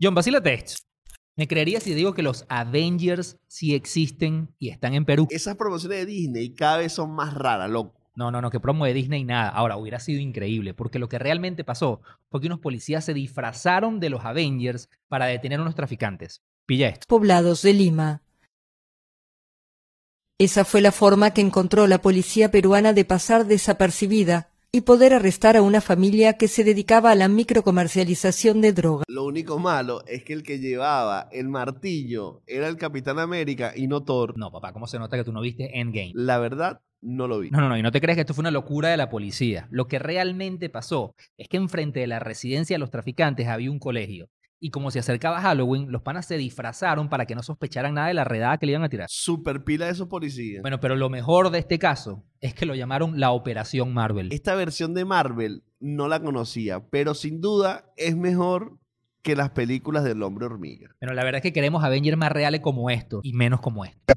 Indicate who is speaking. Speaker 1: John, vacílate esto. ¿Me creerías si digo que los Avengers sí existen y están en Perú?
Speaker 2: Esas promociones de Disney cada vez son más raras, loco.
Speaker 1: No, no, no, que promo de Disney nada. Ahora, hubiera sido increíble, porque lo que realmente pasó fue que unos policías se disfrazaron de los Avengers para detener a unos traficantes. Pilla esto.
Speaker 3: poblados de Lima. Esa fue la forma que encontró la policía peruana de pasar desapercibida y poder arrestar a una familia que se dedicaba a la microcomercialización de droga.
Speaker 2: Lo único malo es que el que llevaba el martillo era el Capitán América y no Thor.
Speaker 1: No, papá, ¿cómo se nota que tú no viste Endgame?
Speaker 2: La verdad, no lo vi.
Speaker 1: No, no, no, y no te creas que esto fue una locura de la policía. Lo que realmente pasó es que enfrente de la residencia de los traficantes había un colegio. Y como se acercaba Halloween, los panas se disfrazaron para que no sospecharan nada de la redada que le iban a tirar.
Speaker 2: Super pila de esos policías.
Speaker 1: Bueno, pero lo mejor de este caso es que lo llamaron la Operación Marvel.
Speaker 2: Esta versión de Marvel no la conocía, pero sin duda es mejor que las películas del hombre hormiga.
Speaker 1: Pero la verdad es que queremos Avengers más reales como estos y menos como estos.